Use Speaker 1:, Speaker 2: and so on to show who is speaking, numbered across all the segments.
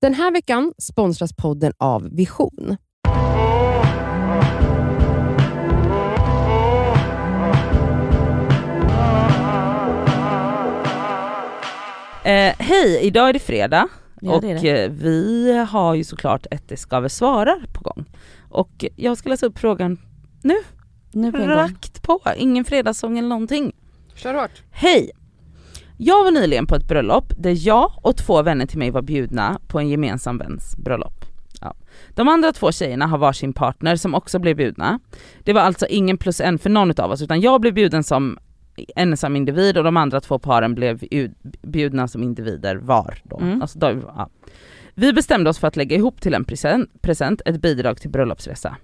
Speaker 1: Den här veckan sponsras podden av Vision.
Speaker 2: Eh, hej, idag är det fredag
Speaker 3: Ja,
Speaker 2: och
Speaker 3: det är
Speaker 2: eh, vi har ju såklart ett Det skaver svarar på gång. Och jag ska läsa upp frågan
Speaker 3: Nu på en gång.
Speaker 2: rakt på, ingen fredagssång eller någonting.
Speaker 1: Kör hårt.
Speaker 2: Hej! Jag var nyligen på ett bröllop där jag och två vänner till mig var bjudna på en gemensam väns bröllop. Ja. De andra två tjejerna har varsin partner som också blev bjudna. Det var alltså ingen plus en för någon av oss utan jag blev bjuden som ensam individ och de andra två paren blev bjud- bjudna som individer var. Då.
Speaker 3: Mm.
Speaker 2: Alltså, de, ja. Vi bestämde oss för att lägga ihop till en present, present ett bidrag till bröllopsresa.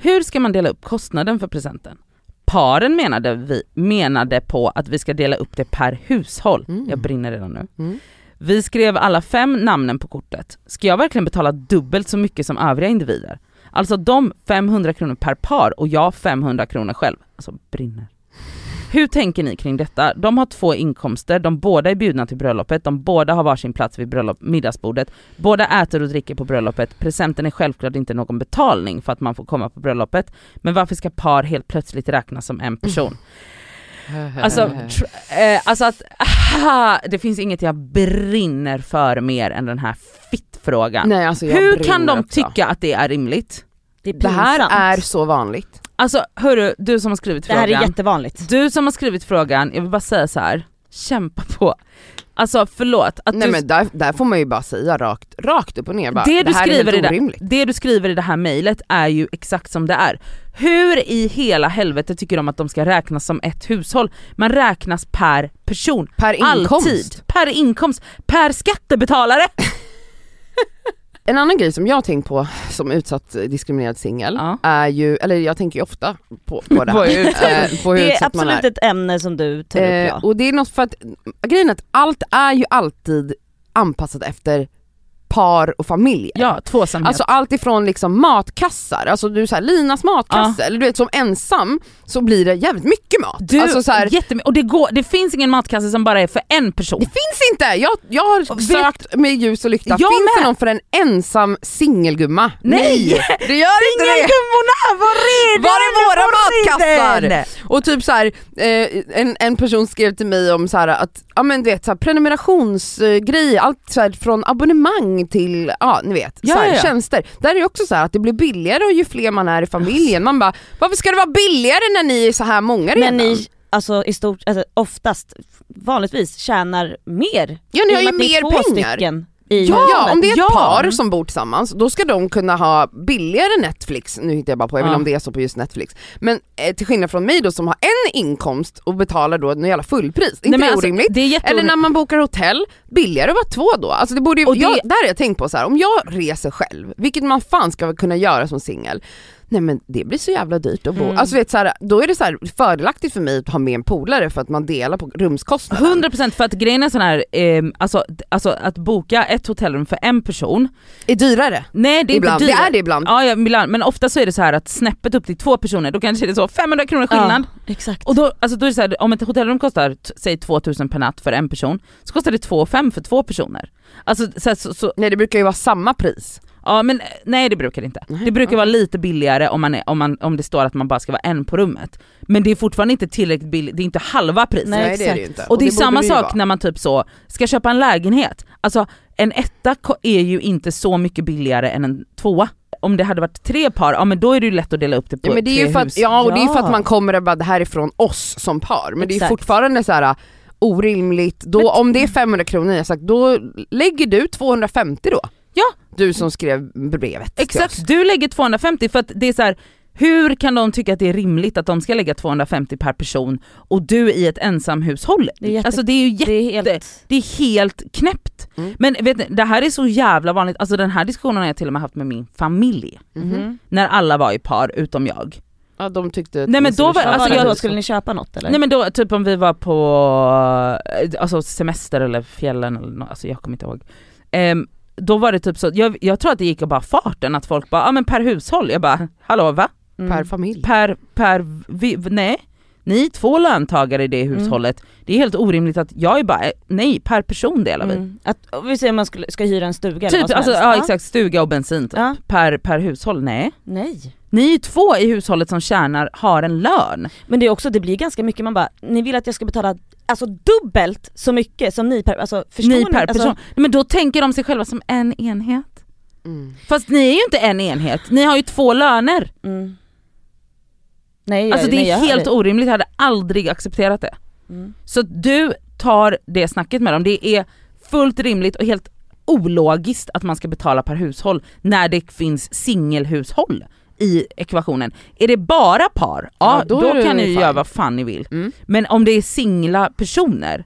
Speaker 2: Hur ska man dela upp kostnaden för presenten? Paren menade, vi, menade på att vi ska dela upp det per hushåll.
Speaker 1: Mm.
Speaker 2: Jag brinner redan nu.
Speaker 1: Mm.
Speaker 2: Vi skrev alla fem namnen på kortet. Ska jag verkligen betala dubbelt så mycket som övriga individer? Alltså de 500 kronor per par och jag 500 kronor själv. Alltså brinner. Hur tänker ni kring detta? De har två inkomster, de båda är bjudna till bröllopet, de båda har varsin plats vid bröllop, middagsbordet, båda äter och dricker på bröllopet, presenten är självklart inte någon betalning för att man får komma på bröllopet, men varför ska par helt plötsligt räknas som en person? Alltså, tr- eh, alltså att, aha, det finns inget jag brinner för mer än den här fittfrågan.
Speaker 1: Nej, alltså, jag
Speaker 2: Hur
Speaker 1: brinner
Speaker 2: kan de
Speaker 1: också.
Speaker 2: tycka att det är rimligt?
Speaker 3: Det är
Speaker 1: Det här
Speaker 3: pinsamt.
Speaker 1: är så vanligt.
Speaker 2: Alltså hörru, du som har skrivit
Speaker 3: det här är
Speaker 2: frågan.
Speaker 3: jättevanligt.
Speaker 2: Du som har skrivit frågan, jag vill bara säga så här. kämpa på. Alltså förlåt, att
Speaker 1: Nej,
Speaker 2: du,
Speaker 1: men där, där får man ju bara säga rakt, rakt upp och ner. Bara, det,
Speaker 2: Det du
Speaker 1: här är
Speaker 2: skriver i
Speaker 1: helt
Speaker 2: det-
Speaker 1: orimligt.
Speaker 2: det du skriver i det här mejlet är ju exakt som det är. Hur i hela helvete tycker de att de ska räknas som ett hushåll? Man räknas per person,
Speaker 1: Per inkomst.
Speaker 2: alltid, per inkomst, per skattebetalare!
Speaker 1: En annan grej som jag har tänkt på som utsatt eh, diskriminerad singel
Speaker 2: Ja.
Speaker 1: är ju, eller jag tänker ju ofta på, på det här.
Speaker 2: På hur
Speaker 1: Eh, på hur
Speaker 3: Det är
Speaker 1: utsatt man
Speaker 3: absolut ett ämne som du
Speaker 2: typ,
Speaker 3: tar upp
Speaker 1: Eh,
Speaker 3: ja.
Speaker 1: och det är något för att, grejen är att allt är ju alltid anpassat efter par och familjer.
Speaker 2: Ja, tvåsamhet.
Speaker 1: Alltså allt ifrån liksom matkassar, alltså du så här, Linas matkasse, eller du vet som ensam så blir det jävligt mycket mat.
Speaker 2: du,
Speaker 1: alltså, så här,
Speaker 2: jättemy- och det, går, det finns ingen matkasse som bara är för en person.
Speaker 1: det finns inte! Jag, jag har
Speaker 2: Och vet-
Speaker 1: sökt med ljus och lykta,
Speaker 2: Jag
Speaker 1: finns det
Speaker 2: med.
Speaker 1: någon för en ensam singelgumma?
Speaker 2: Nej!
Speaker 1: Det gör inte det!
Speaker 2: Singelgummorna, var är
Speaker 1: Var är våra matkassar?
Speaker 2: den?
Speaker 1: Och typ så här, eh, en, en person skrev till mig om så här att, ja men du vet så här, prenumerationsgrej, allt så här, från abonnemang till, ja ni vet,
Speaker 2: Ja,
Speaker 1: så här,
Speaker 2: ja, ja.
Speaker 1: tjänster. Där är det också så här att det blir billigare och ju fler man är i familjen. Man bara, varför ska det vara billigare när ni är så här många redan?
Speaker 3: Men ni, alltså i stort, alltså, oftast, vanligtvis tjänar mer.
Speaker 1: ja ni har
Speaker 3: I
Speaker 1: ju
Speaker 3: och med att ni är
Speaker 1: mer
Speaker 3: två
Speaker 1: pengar.
Speaker 3: Stycken i
Speaker 1: Ja,
Speaker 3: hushållet.
Speaker 1: om det är ett
Speaker 2: Ja.
Speaker 1: par som bor tillsammans, då ska de kunna ha billigare Netflix, nu hittar jag bara på, jag vet
Speaker 2: Ja.
Speaker 1: inte om det är så på just Netflix. Men eh, till skillnad från mig då som har en inkomst och betalar då en jävla fullpris, inte
Speaker 2: men
Speaker 1: det
Speaker 2: alltså,
Speaker 1: orimligt?
Speaker 2: det är jätteorimligt.
Speaker 1: Eller när man bokar hotell, billigare att vara två då. Alltså det borde ju,
Speaker 2: Och det-
Speaker 1: jag, där har jag tänkt på så här, om jag reser själv, vilket man fan ska kunna göra som singel, nej men det blir så jävla dyrt att bo.
Speaker 3: Mm.
Speaker 1: Alltså vet, så här, då är det så här, fördelaktigt för mig att ha med en polare för att man delar på rumskostnaden.
Speaker 2: 100% för att grejen är sån här, ehm, alltså, d- alltså att boka ett hotellrum för en person,
Speaker 1: är dyrare.
Speaker 2: nej det är
Speaker 1: ibland.
Speaker 2: inte
Speaker 1: Det
Speaker 2: dyrt.
Speaker 1: är det ibland.
Speaker 2: Ja, ja, ibland. men ofta så är det så här att snäppet upp till två personer, då kanske det är så 500 kronor skillnad.
Speaker 3: Ja, exakt.
Speaker 2: Och då, alltså då är det så här, om ett hotellrum kostar t- säg 2000 per natt för en person, så kostar det 2 500 för två personer. Alltså så, här, så, så
Speaker 1: Nej det brukar ju vara samma pris.
Speaker 2: ja men eh, nej det brukar det inte.
Speaker 1: Nej,
Speaker 2: Det brukar vara lite billigare om, man är, om, man, om det står att man bara ska vara en på rummet. Men det är fortfarande inte tillräckligt billigt, det är inte halva priset.
Speaker 3: Nej,
Speaker 1: det är det ju
Speaker 3: exakt.
Speaker 1: inte.
Speaker 2: Och, det är
Speaker 1: borde
Speaker 2: samma
Speaker 1: vi ju
Speaker 2: sak
Speaker 1: vara.
Speaker 2: när man typ så ska köpa en lägenhet. Alltså en etta ko- är ju inte så mycket billigare än en tvåa. Om det hade varit tre par, ja men då är det ju lätt att dela upp det på
Speaker 1: Ja, men det är
Speaker 2: tre
Speaker 1: ju för
Speaker 2: hus.
Speaker 1: att, ja, och det är ju för att
Speaker 3: Ja.
Speaker 1: man kommer och bara det här är från oss som par. Men det är ju
Speaker 3: Exakt.
Speaker 1: fortfarande så här uh, orimligt, då, om det är 500 kronor jag sagt, då lägger du 250 då.
Speaker 2: Ja.
Speaker 1: Du som skrev brevet till oss.
Speaker 2: Exakt, du lägger 250 för att det är så här. Hur kan de tycka att det är rimligt att de ska lägga 250 per person och du i ett ensamhushåll?
Speaker 3: Det är jätte-
Speaker 2: alltså det är ju jätte,
Speaker 3: det är helt...
Speaker 2: det är helt knäppt.
Speaker 1: Mm.
Speaker 2: Men vet ni, det här är så jävla vanligt, alltså den här diskussionen har jag till och med haft med min familj.
Speaker 1: Mhm.
Speaker 3: Mm.
Speaker 2: När alla var i par utom jag.
Speaker 1: Ja de tyckte att
Speaker 2: Nej,
Speaker 1: ni
Speaker 2: men
Speaker 1: skulle
Speaker 2: då var-
Speaker 1: köpa
Speaker 2: alltså,
Speaker 3: Alltså,
Speaker 1: det.
Speaker 2: jag-
Speaker 3: då, skulle ni köpa något eller?
Speaker 1: Mm.
Speaker 2: Nej men då typ om vi var på eh, alltså, semester eller fjällen eller nå- alltså jag kommer inte ihåg. Ehm, då var det typ så, jag, jag tror att det gick av bara farten att folk bara, ja ah, men per hushåll, jag bara hallå va?
Speaker 3: Mm.
Speaker 1: Per familj.
Speaker 2: Per, per, vi, nej, Ni är två löntagare i det hushållet. Det är helt orimligt att jag är bara, eh, nej per person delar vi.
Speaker 3: Mm. Att, och vi säger man skulle, ska hyra en stuga eller vad
Speaker 2: Typ,
Speaker 3: som
Speaker 2: alltså,
Speaker 3: helst.
Speaker 2: ja, exakt, stuga och bensin typ.
Speaker 3: Ja.
Speaker 2: per, per hushåll. Nej.
Speaker 3: Nej.
Speaker 2: Ni är två i hushållet som tjänar, har en lön.
Speaker 3: Men det är också, det blir ganska mycket, man bara, ni vill att jag ska betala alltså dubbelt så mycket som ni per, alltså förstår
Speaker 2: ni per
Speaker 3: alltså,
Speaker 2: person. Nej, Men då tänker de sig själva som en enhet.
Speaker 1: Mm.
Speaker 2: Fast ni är ju inte en enhet, ni har ju två löner.
Speaker 3: Mm. Nej,
Speaker 2: Alltså
Speaker 3: jag,
Speaker 2: det
Speaker 3: nej,
Speaker 2: är
Speaker 3: jag hör
Speaker 2: helt
Speaker 3: dig.
Speaker 2: orimligt, jag hade aldrig accepterat det.
Speaker 3: Mm.
Speaker 2: Så att du tar det snacket med dem, det är fullt rimligt och helt ologiskt att man ska betala per hushåll när det finns singelhushåll i ekvationen. Är det bara par, ja,
Speaker 1: Ja, då
Speaker 2: då,
Speaker 1: är det
Speaker 2: kan ni ju
Speaker 1: fine.
Speaker 2: göra vad fan ni vill.
Speaker 1: Mm.
Speaker 2: Men om det är singla personer,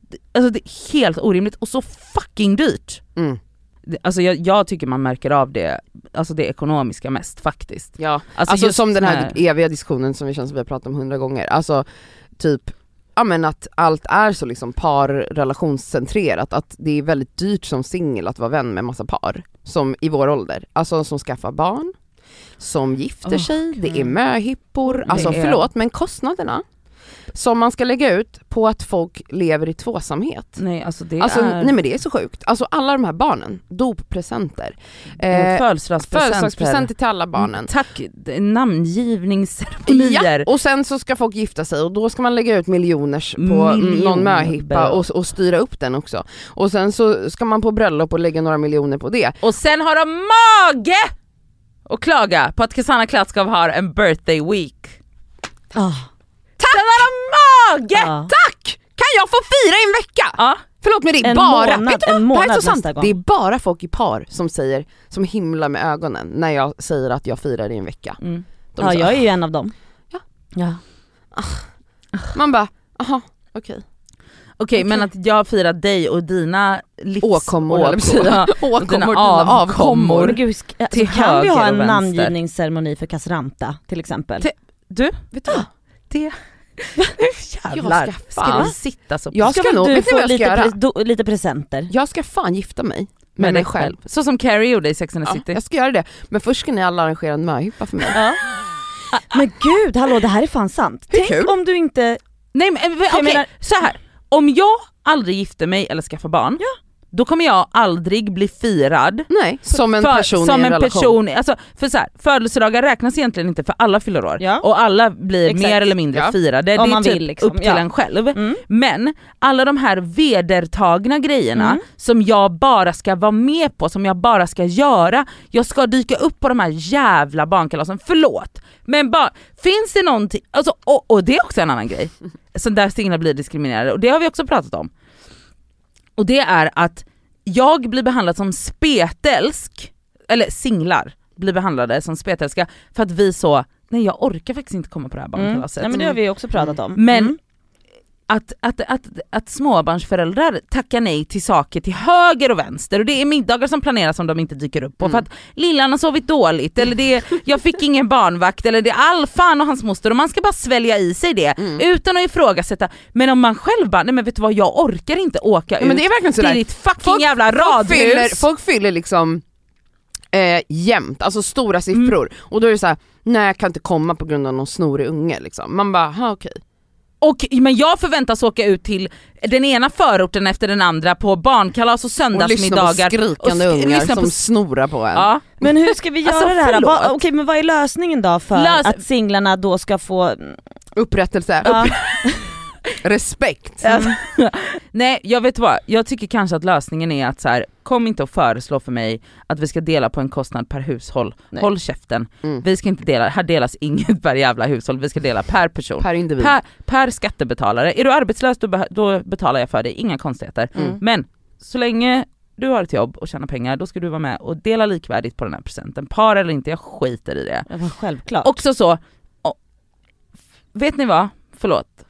Speaker 2: det- alltså det är helt orimligt och så fucking dyrt.
Speaker 1: Mm.
Speaker 2: Det- Alltså jag, jag tycker man märker av det, alltså det ekonomiska mest faktiskt.
Speaker 1: Ja.
Speaker 2: Alltså,
Speaker 1: Alltså
Speaker 2: just
Speaker 1: som den här
Speaker 2: när-
Speaker 1: eviga diskussionen som vi känns som vi har pratat om hundra gånger, alltså typ Ja men att allt är så liksom parrelationscentrerat, att det är väldigt dyrt som singel att vara vän med massa par som i vår ålder, alltså som skaffar barn, som gifter
Speaker 2: Åh,
Speaker 1: sig,
Speaker 2: gud.
Speaker 1: det är möhippor,
Speaker 2: Det
Speaker 1: alltså
Speaker 2: är-
Speaker 1: förlåt men kostnaderna som man ska lägga ut på att folk lever i tvåsamhet.
Speaker 2: Nej alltså det
Speaker 1: Alltså
Speaker 2: är
Speaker 1: nej men det är så sjukt, alltså alla de här barnen, doppresenter,
Speaker 2: eh,
Speaker 1: eh,
Speaker 2: födelsedagspresenter.
Speaker 1: födelsedagspresenter till alla barnen,
Speaker 2: Mm, Tack, d- namngivningsceremonier.
Speaker 1: Ja, och sen så ska folk gifta sig och då ska man lägga ut miljoners på
Speaker 2: Miljonbelopp.
Speaker 1: någon möhippa och, och styra upp den också. Och sen så ska man på bröllop och lägga några miljoner på det.
Speaker 2: Och sen har de mage och klaga på att Kasanna Klatskov har en birthday week.
Speaker 3: Ah,
Speaker 2: Sen har de mage!
Speaker 3: Ja.
Speaker 1: Tack! Kan jag få fira i en vecka?
Speaker 2: Ja.
Speaker 1: Förlåt men det är
Speaker 3: En
Speaker 1: bara,
Speaker 3: månad,
Speaker 1: vet du vad?
Speaker 3: en
Speaker 1: det här är
Speaker 3: månad
Speaker 1: så sant.
Speaker 3: nästa gång.
Speaker 1: Det är bara folk i par som säger, som himlar med ögonen när jag säger att jag firar i en vecka.
Speaker 2: Mm.
Speaker 1: De
Speaker 3: ja
Speaker 1: så,
Speaker 3: jag är ju en av dem.
Speaker 1: Ja.
Speaker 3: ja.
Speaker 1: Man bara, aha okej.
Speaker 2: Okej men att jag firar dig och dina livs...
Speaker 1: Åkommor, höll jag på att säga.
Speaker 2: åkommor. Och dina
Speaker 1: Åkommor, dina avkommor.
Speaker 3: Men gud, sk- alltså,
Speaker 2: Till
Speaker 3: kan vi
Speaker 2: höger
Speaker 3: ha
Speaker 2: och
Speaker 3: en
Speaker 2: vänster.
Speaker 3: namngivningsceremoni för Kassranta till exempel?
Speaker 2: Till- Du,
Speaker 1: Vet du vad?
Speaker 2: det...
Speaker 1: Jävlar.
Speaker 2: Jävlar.
Speaker 1: Ska
Speaker 2: Ska
Speaker 1: vi
Speaker 2: vi sitta så
Speaker 1: Jag ska,
Speaker 3: väl
Speaker 1: nog,
Speaker 3: du
Speaker 1: vet ni
Speaker 3: få
Speaker 1: vad jag ska
Speaker 3: lite,
Speaker 1: göra?
Speaker 3: pre- do- lite presenter?
Speaker 1: Jag ska fan gifta mig med, mig själv.
Speaker 2: Så som Carrie gjorde i Sex and the
Speaker 1: Ja,
Speaker 2: City.
Speaker 1: jag ska göra det, men först ska ni alla arrangera en möhippa för mig.
Speaker 3: Ja. Ah, Men gud, hallå det här är fan sant.
Speaker 1: Hur
Speaker 3: Tänk
Speaker 1: kul?
Speaker 3: om du inte...
Speaker 2: Nej men eh, okej,
Speaker 3: menar-
Speaker 2: så här. Om jag aldrig gifter mig eller skaffar barn, då kommer jag aldrig bli firad
Speaker 1: Nej, som en
Speaker 2: för,
Speaker 1: person
Speaker 2: som
Speaker 1: i en,
Speaker 2: en
Speaker 1: relation.
Speaker 2: person, alltså, för så här, födelsedagar räknas egentligen inte för alla fyller år
Speaker 3: Ja.
Speaker 2: och alla blir
Speaker 3: Exakt.
Speaker 2: mer eller mindre
Speaker 1: Ja.
Speaker 2: firade,
Speaker 3: Om
Speaker 2: det är
Speaker 3: man
Speaker 2: typ
Speaker 3: vill, liksom.
Speaker 2: upp till
Speaker 3: Ja.
Speaker 2: en själv.
Speaker 3: Mm.
Speaker 2: Men alla de här vedertagna grejerna
Speaker 3: Mm.
Speaker 2: som jag bara ska vara med på, som jag bara ska göra, jag ska dyka upp på de här jävla barnkalasen, förlåt. Men bara, finns det någonting, alltså, och, och det är också en annan grej, så där singlar blir diskriminerade och det har vi också pratat om. Och det är att jag blir behandlad som spetälsk, eller singlar blir behandlade som spetälska för att vi så, nej jag orkar faktiskt inte komma på det här
Speaker 3: Mm.
Speaker 2: barnkalaset.
Speaker 3: Nej men det har vi ju också pratat om.
Speaker 2: Men
Speaker 3: Mm.
Speaker 2: att, att, att, att småbarnsföräldrar tackar nej till saker till höger och vänster och det är middagar som planeras som de inte dyker upp på för
Speaker 1: Mm.
Speaker 2: att lillan har sovit dåligt eller det är, jag fick ingen barnvakt eller det är Alfan och hans moster och man ska bara svälja i sig det
Speaker 1: Mm.
Speaker 2: utan att ifrågasätta. Men om man själv bara, nej men vet du vad jag orkar inte åka
Speaker 1: Ja, men det
Speaker 2: ut
Speaker 1: är verkligen
Speaker 2: till
Speaker 1: sådär,
Speaker 2: ditt fucking
Speaker 1: Folk-
Speaker 2: jävla
Speaker 1: folk
Speaker 2: radhus.
Speaker 1: fyller, folk fyller liksom eh, jämnt, alltså stora
Speaker 2: Mm.
Speaker 1: siffror. Och då är det så här: nej jag kan inte komma på grund av någon snorig unge liksom. Man bara, ha okej.
Speaker 2: Och, men jag förväntas åka ut till den ena förorten efter den andra på barnkalas och
Speaker 1: Och lyssna på
Speaker 2: söndagsmiddagar.
Speaker 1: skrikande
Speaker 2: och sk-
Speaker 1: ungar
Speaker 2: lyssna
Speaker 1: som
Speaker 2: på-
Speaker 1: snorar på en.
Speaker 2: Ja.
Speaker 3: Men hur ska vi göra
Speaker 2: Alltså,
Speaker 3: det här?
Speaker 2: förlåt.
Speaker 3: Va, okej men vad är lösningen då för
Speaker 2: Lös-
Speaker 3: att singlarna då ska få... mm,
Speaker 1: Upprättelse,
Speaker 3: Ja,
Speaker 1: respekt.
Speaker 2: Nej jag vet vad, jag tycker kanske att lösningen är att så här, kom inte och föreslå för mig att vi ska dela på en kostnad per hushåll.
Speaker 3: Nej.
Speaker 2: Håll käften.
Speaker 1: Mm.
Speaker 2: Vi ska inte dela, här delas inget per jävla hushåll, vi ska dela per person. Per,
Speaker 1: Per individ.
Speaker 2: per, skattebetalare. Är du arbetslös då, be- då betalar jag för dig, inga konstigheter.
Speaker 1: Mm.
Speaker 2: Men så länge du har ett jobb och tjänar pengar, då ska du vara med och dela likvärdigt på den här presenten. Par eller inte, jag skiter i det.
Speaker 3: ja, men självklart.
Speaker 2: Också så, och, vet ni vad? Förlåt.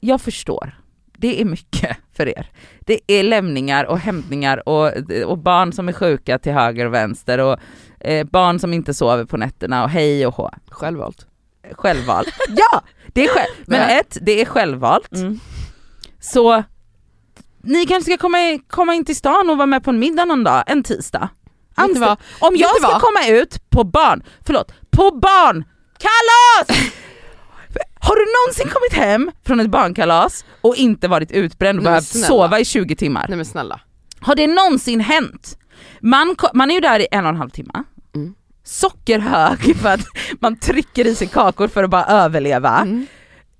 Speaker 2: Jag förstår. Det är mycket för er. Det är lämningar och hämtningar och, och barn som är sjuka till höger och vänster och eh, barn som inte sover på nätterna och hej och hå.
Speaker 1: Självvalt.
Speaker 2: Självvalt. ja! Det är själv, men
Speaker 1: Nej.
Speaker 2: ett, det är självvalt.
Speaker 3: Mm.
Speaker 2: Så ni kanske ska komma, i- komma in till stan och vara med på en middag någon dag, en tisdag.
Speaker 1: Vet du
Speaker 2: Anställ-
Speaker 1: vad?
Speaker 2: om
Speaker 1: Vet
Speaker 2: jag
Speaker 1: du
Speaker 2: ska
Speaker 1: vad?
Speaker 2: komma ut på barn, förlåt, på barn, kalas! Har du någonsin kommit hem från ett barnkalas och inte varit utbränd och
Speaker 1: Nej, men
Speaker 2: behövt
Speaker 1: snälla.
Speaker 2: sova i 20 timmar?
Speaker 1: Nej men snälla.
Speaker 2: Har det någonsin hänt? Man, ko- man är ju där i en och en halv timme,
Speaker 1: Mm.
Speaker 2: sockerhög för att man trycker i sig kakor för att bara överleva.
Speaker 1: Mm.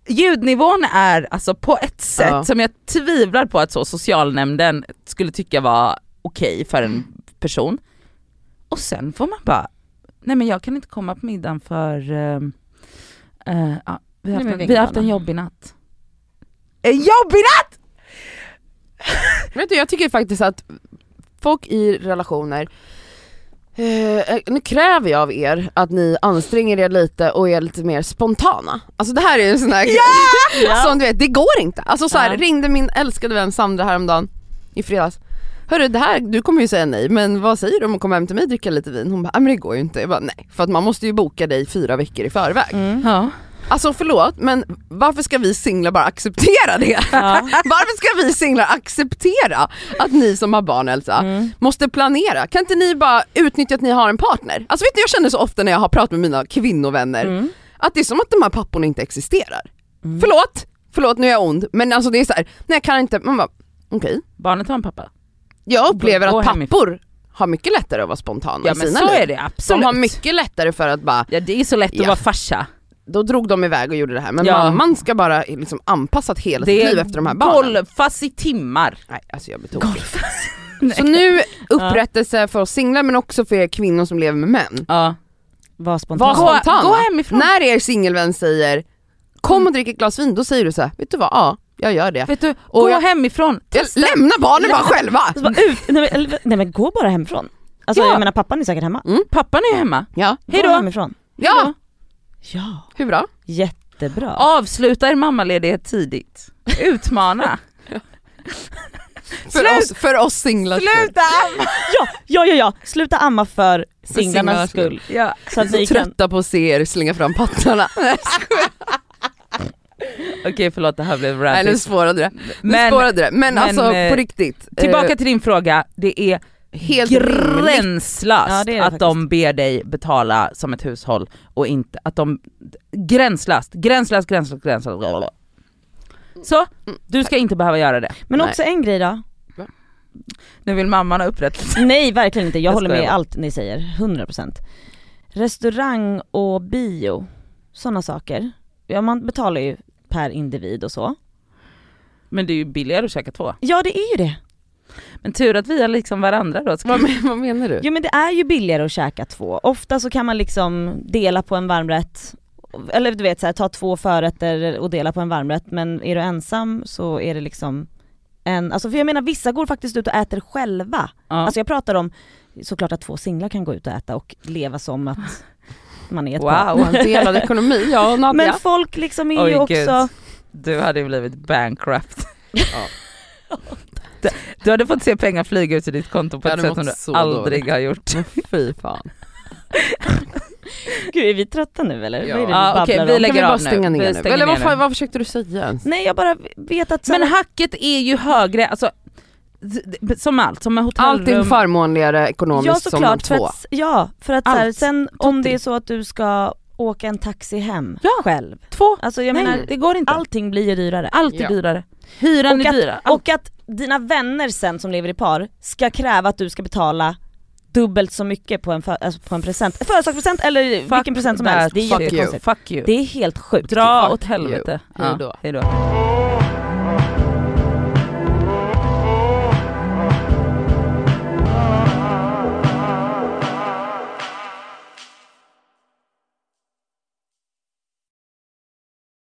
Speaker 2: Ljudnivån är alltså på ett sätt
Speaker 1: Ja.
Speaker 2: som jag tvivlar på att så socialnämnden skulle tycka var okej för en person. Och sen får man bara, nej men jag kan inte komma på middagen för ehm, eh, ja, vi, har
Speaker 4: Nej,
Speaker 2: haft
Speaker 4: men
Speaker 2: en, vi har haft en
Speaker 4: vingarna.
Speaker 2: jobbig natt. En jobbig natt!
Speaker 1: Vet du, jag tycker faktiskt att folk i relationer, eh, nu kräver jag av er att ni anstränger er lite och är lite mer spontana. Alltså det här är ju en sån här som du vet, det går inte. Alltså så här,
Speaker 3: Ja.
Speaker 1: ringde min älskade vän Sandra häromdagen i fredags. Hörru det här, du kommer ju säga nej men vad säger du om att komma hem till mig och dricka lite vin? Hon bara, "Nej, men det går ju inte. Jag bara, nej för att man måste ju boka dig fyra veckor i förväg.
Speaker 3: Mm.
Speaker 2: Ja.
Speaker 1: Alltså förlåt men varför ska vi singlar bara acceptera det?
Speaker 3: Ja.
Speaker 1: Varför ska vi singlar acceptera att ni som har barn Elsa
Speaker 2: Mm.
Speaker 1: måste planera? Kan inte ni bara utnyttja att ni har en partner? Alltså vet ni jag känner så ofta när jag har pratat med mina kvinnovänner
Speaker 2: Mm.
Speaker 1: att det är som att de här papporna inte existerar. Förlåt, förlåt nu är jag ond men alltså det är så här, nej jag kan inte, man bara okej.
Speaker 2: Barnet har en pappa.
Speaker 1: Jag upplever
Speaker 2: Gå
Speaker 1: att
Speaker 2: hemifrån.
Speaker 1: pappor har mycket lättare att vara spontana
Speaker 2: Ja
Speaker 1: i
Speaker 2: men
Speaker 1: sina
Speaker 2: så
Speaker 1: liv.
Speaker 2: är det absolut.
Speaker 1: De har mycket lättare för att bara,
Speaker 2: Ja det är så lätt att
Speaker 1: Ja.
Speaker 2: vara farsa.
Speaker 1: då drog de iväg och gjorde det här men
Speaker 2: Ja.
Speaker 1: mamman ska bara liksom anpassa hela sitt liv efter de här barnen.
Speaker 2: golfas i timmar.
Speaker 1: Nej alltså jag blir tokig. Så nu upprättelse för oss singlar men också för er kvinnor som lever med män.
Speaker 2: Ja.
Speaker 3: Var
Speaker 1: Var
Speaker 3: spontan.
Speaker 2: Gå-
Speaker 1: spontana.
Speaker 2: gå hemifrån.
Speaker 1: När er singelvän säger kom och drick ett glas vin, då säger du så här, vet du vad, ja jag gör det.
Speaker 2: Vet du,
Speaker 1: Och
Speaker 2: gå
Speaker 1: jag-
Speaker 2: hemifrån.
Speaker 1: Jag lämnar barnen bara själva!
Speaker 3: Så bara, Alltså, ut, nej, men, eller- nej men gå bara hemifrån. Alltså
Speaker 2: Ja.
Speaker 3: jag menar pappan är säkert hemma.
Speaker 2: Pappan är hemma.
Speaker 1: Ja,
Speaker 2: Hej
Speaker 3: Gå
Speaker 2: då.
Speaker 3: hemifrån.
Speaker 1: ja,
Speaker 3: Ja.
Speaker 1: hur bra?
Speaker 3: Jättebra.
Speaker 2: Avsluta er mammaledighet tidigt. Utmana.
Speaker 1: För oss, för oss singlar.
Speaker 2: Sluta! amma.
Speaker 3: Ja, ja, ja, ja. Sluta amma för
Speaker 1: singlarnas
Speaker 3: singlarnas skull.
Speaker 2: Ja.
Speaker 3: Så att vi kan...
Speaker 1: Trötta på att se er slänga fram pattarna.
Speaker 2: Okej förlåt det här blev
Speaker 1: Nej nu
Speaker 2: rantigt.
Speaker 1: spårade det. Nu
Speaker 2: Men-
Speaker 1: spårade det. Men,
Speaker 2: men,
Speaker 1: alltså
Speaker 2: eh,
Speaker 1: på riktigt. eh,
Speaker 2: Tillbaka till din fråga, det är
Speaker 1: helt rimligt.
Speaker 2: gränslöst
Speaker 3: Ja, det är det
Speaker 2: att de ber dig betala som ett hushåll och inte att de... Gränslöst, gränslöst, gränslöst, gränslöst. Så, du ska inte behöva göra det.
Speaker 3: Men
Speaker 1: Nej.
Speaker 3: också en grej då.
Speaker 2: Nu vill mamman ha upprättelse.
Speaker 3: Nej verkligen inte, jag,
Speaker 2: Jag
Speaker 3: håller med
Speaker 2: skojar
Speaker 3: i
Speaker 2: bara.
Speaker 3: allt ni säger. 100%. Restaurang och bio, sådana saker. Ja man betalar ju per individ och så.
Speaker 2: Men det är ju billigare att käka två.
Speaker 3: Ja det är ju det.
Speaker 2: Men tur att vi är liksom varandra då. Ska
Speaker 1: Vad, men- vad menar du?
Speaker 2: typ.
Speaker 3: Jo men det är ju billigare att käka två. Ofta så kan man liksom dela på en varmrätt, eller du vet så här, ta två förrätter och dela på en varmrätt men är du ensam så är det liksom en, alltså för jag menar vissa går faktiskt ut och äter själva.
Speaker 2: Ja.
Speaker 3: Alltså jag pratar om, såklart att två singlar kan gå ut och äta och leva som att man är ett par.
Speaker 2: wow,
Speaker 1: Och en delad ekonomi, jag och Nadja.
Speaker 3: Men folk liksom är ju
Speaker 2: Oj,
Speaker 3: också,
Speaker 2: gud. du hade ju blivit bankrupt.
Speaker 1: Ja.
Speaker 2: Du- Du hade fått se pengar flyga ut ur ditt konto på
Speaker 1: Jag
Speaker 2: ett
Speaker 1: hade
Speaker 2: sätt
Speaker 1: mått
Speaker 2: som
Speaker 1: så
Speaker 2: du aldrig har gjort.
Speaker 1: Fy fan.
Speaker 3: gud är vi trötta nu eller?
Speaker 1: Ja.
Speaker 3: Vad är det vi
Speaker 2: Ja, Ah, okej,
Speaker 3: babblar
Speaker 2: vi
Speaker 3: om?
Speaker 1: kan
Speaker 2: lägger
Speaker 1: vi bara
Speaker 2: av nu.
Speaker 1: stänga
Speaker 2: Vi
Speaker 1: ner nu?
Speaker 2: stänger
Speaker 1: Eller vad,
Speaker 2: ner
Speaker 1: fan,
Speaker 2: nu.
Speaker 1: vad försökte du säga ens?
Speaker 3: Nej jag bara vet att så
Speaker 2: Men
Speaker 3: här-
Speaker 2: hacket är ju högre, alltså, d- d- som allt, som med
Speaker 1: Allt är
Speaker 2: hotellrum.
Speaker 1: förmånligare ekonomiskt
Speaker 3: Ja
Speaker 1: som de
Speaker 3: såklart, för
Speaker 1: två.
Speaker 3: att, ja för att så här,
Speaker 2: Allt.
Speaker 3: sen om
Speaker 2: Tutti.
Speaker 3: det är så att du ska åka en taxi hem
Speaker 2: Ja.
Speaker 3: själv.
Speaker 2: Två,
Speaker 3: Alltså jag
Speaker 2: nej
Speaker 3: menar,
Speaker 2: det går inte. Allt,
Speaker 3: allting blir ju dyrare.
Speaker 2: allt är
Speaker 1: Ja.
Speaker 2: dyrare. Hyran
Speaker 3: Och
Speaker 2: är
Speaker 3: att-
Speaker 2: dyra. Allt.
Speaker 3: Och att dina vänner sen som lever i par ska kräva att du ska betala dubbelt så mycket på en, för, alltså på en present, en födelsedagspresent eller
Speaker 2: Fuck
Speaker 3: vilken present som
Speaker 2: that
Speaker 3: helst. Det är
Speaker 1: fuck you.
Speaker 3: jättekonstigt.
Speaker 2: Fuck you.
Speaker 3: Det är helt sjukt.
Speaker 2: Dra
Speaker 1: fuck
Speaker 2: åt helvete.
Speaker 1: you. Hejdå.
Speaker 2: Ja, hejdå.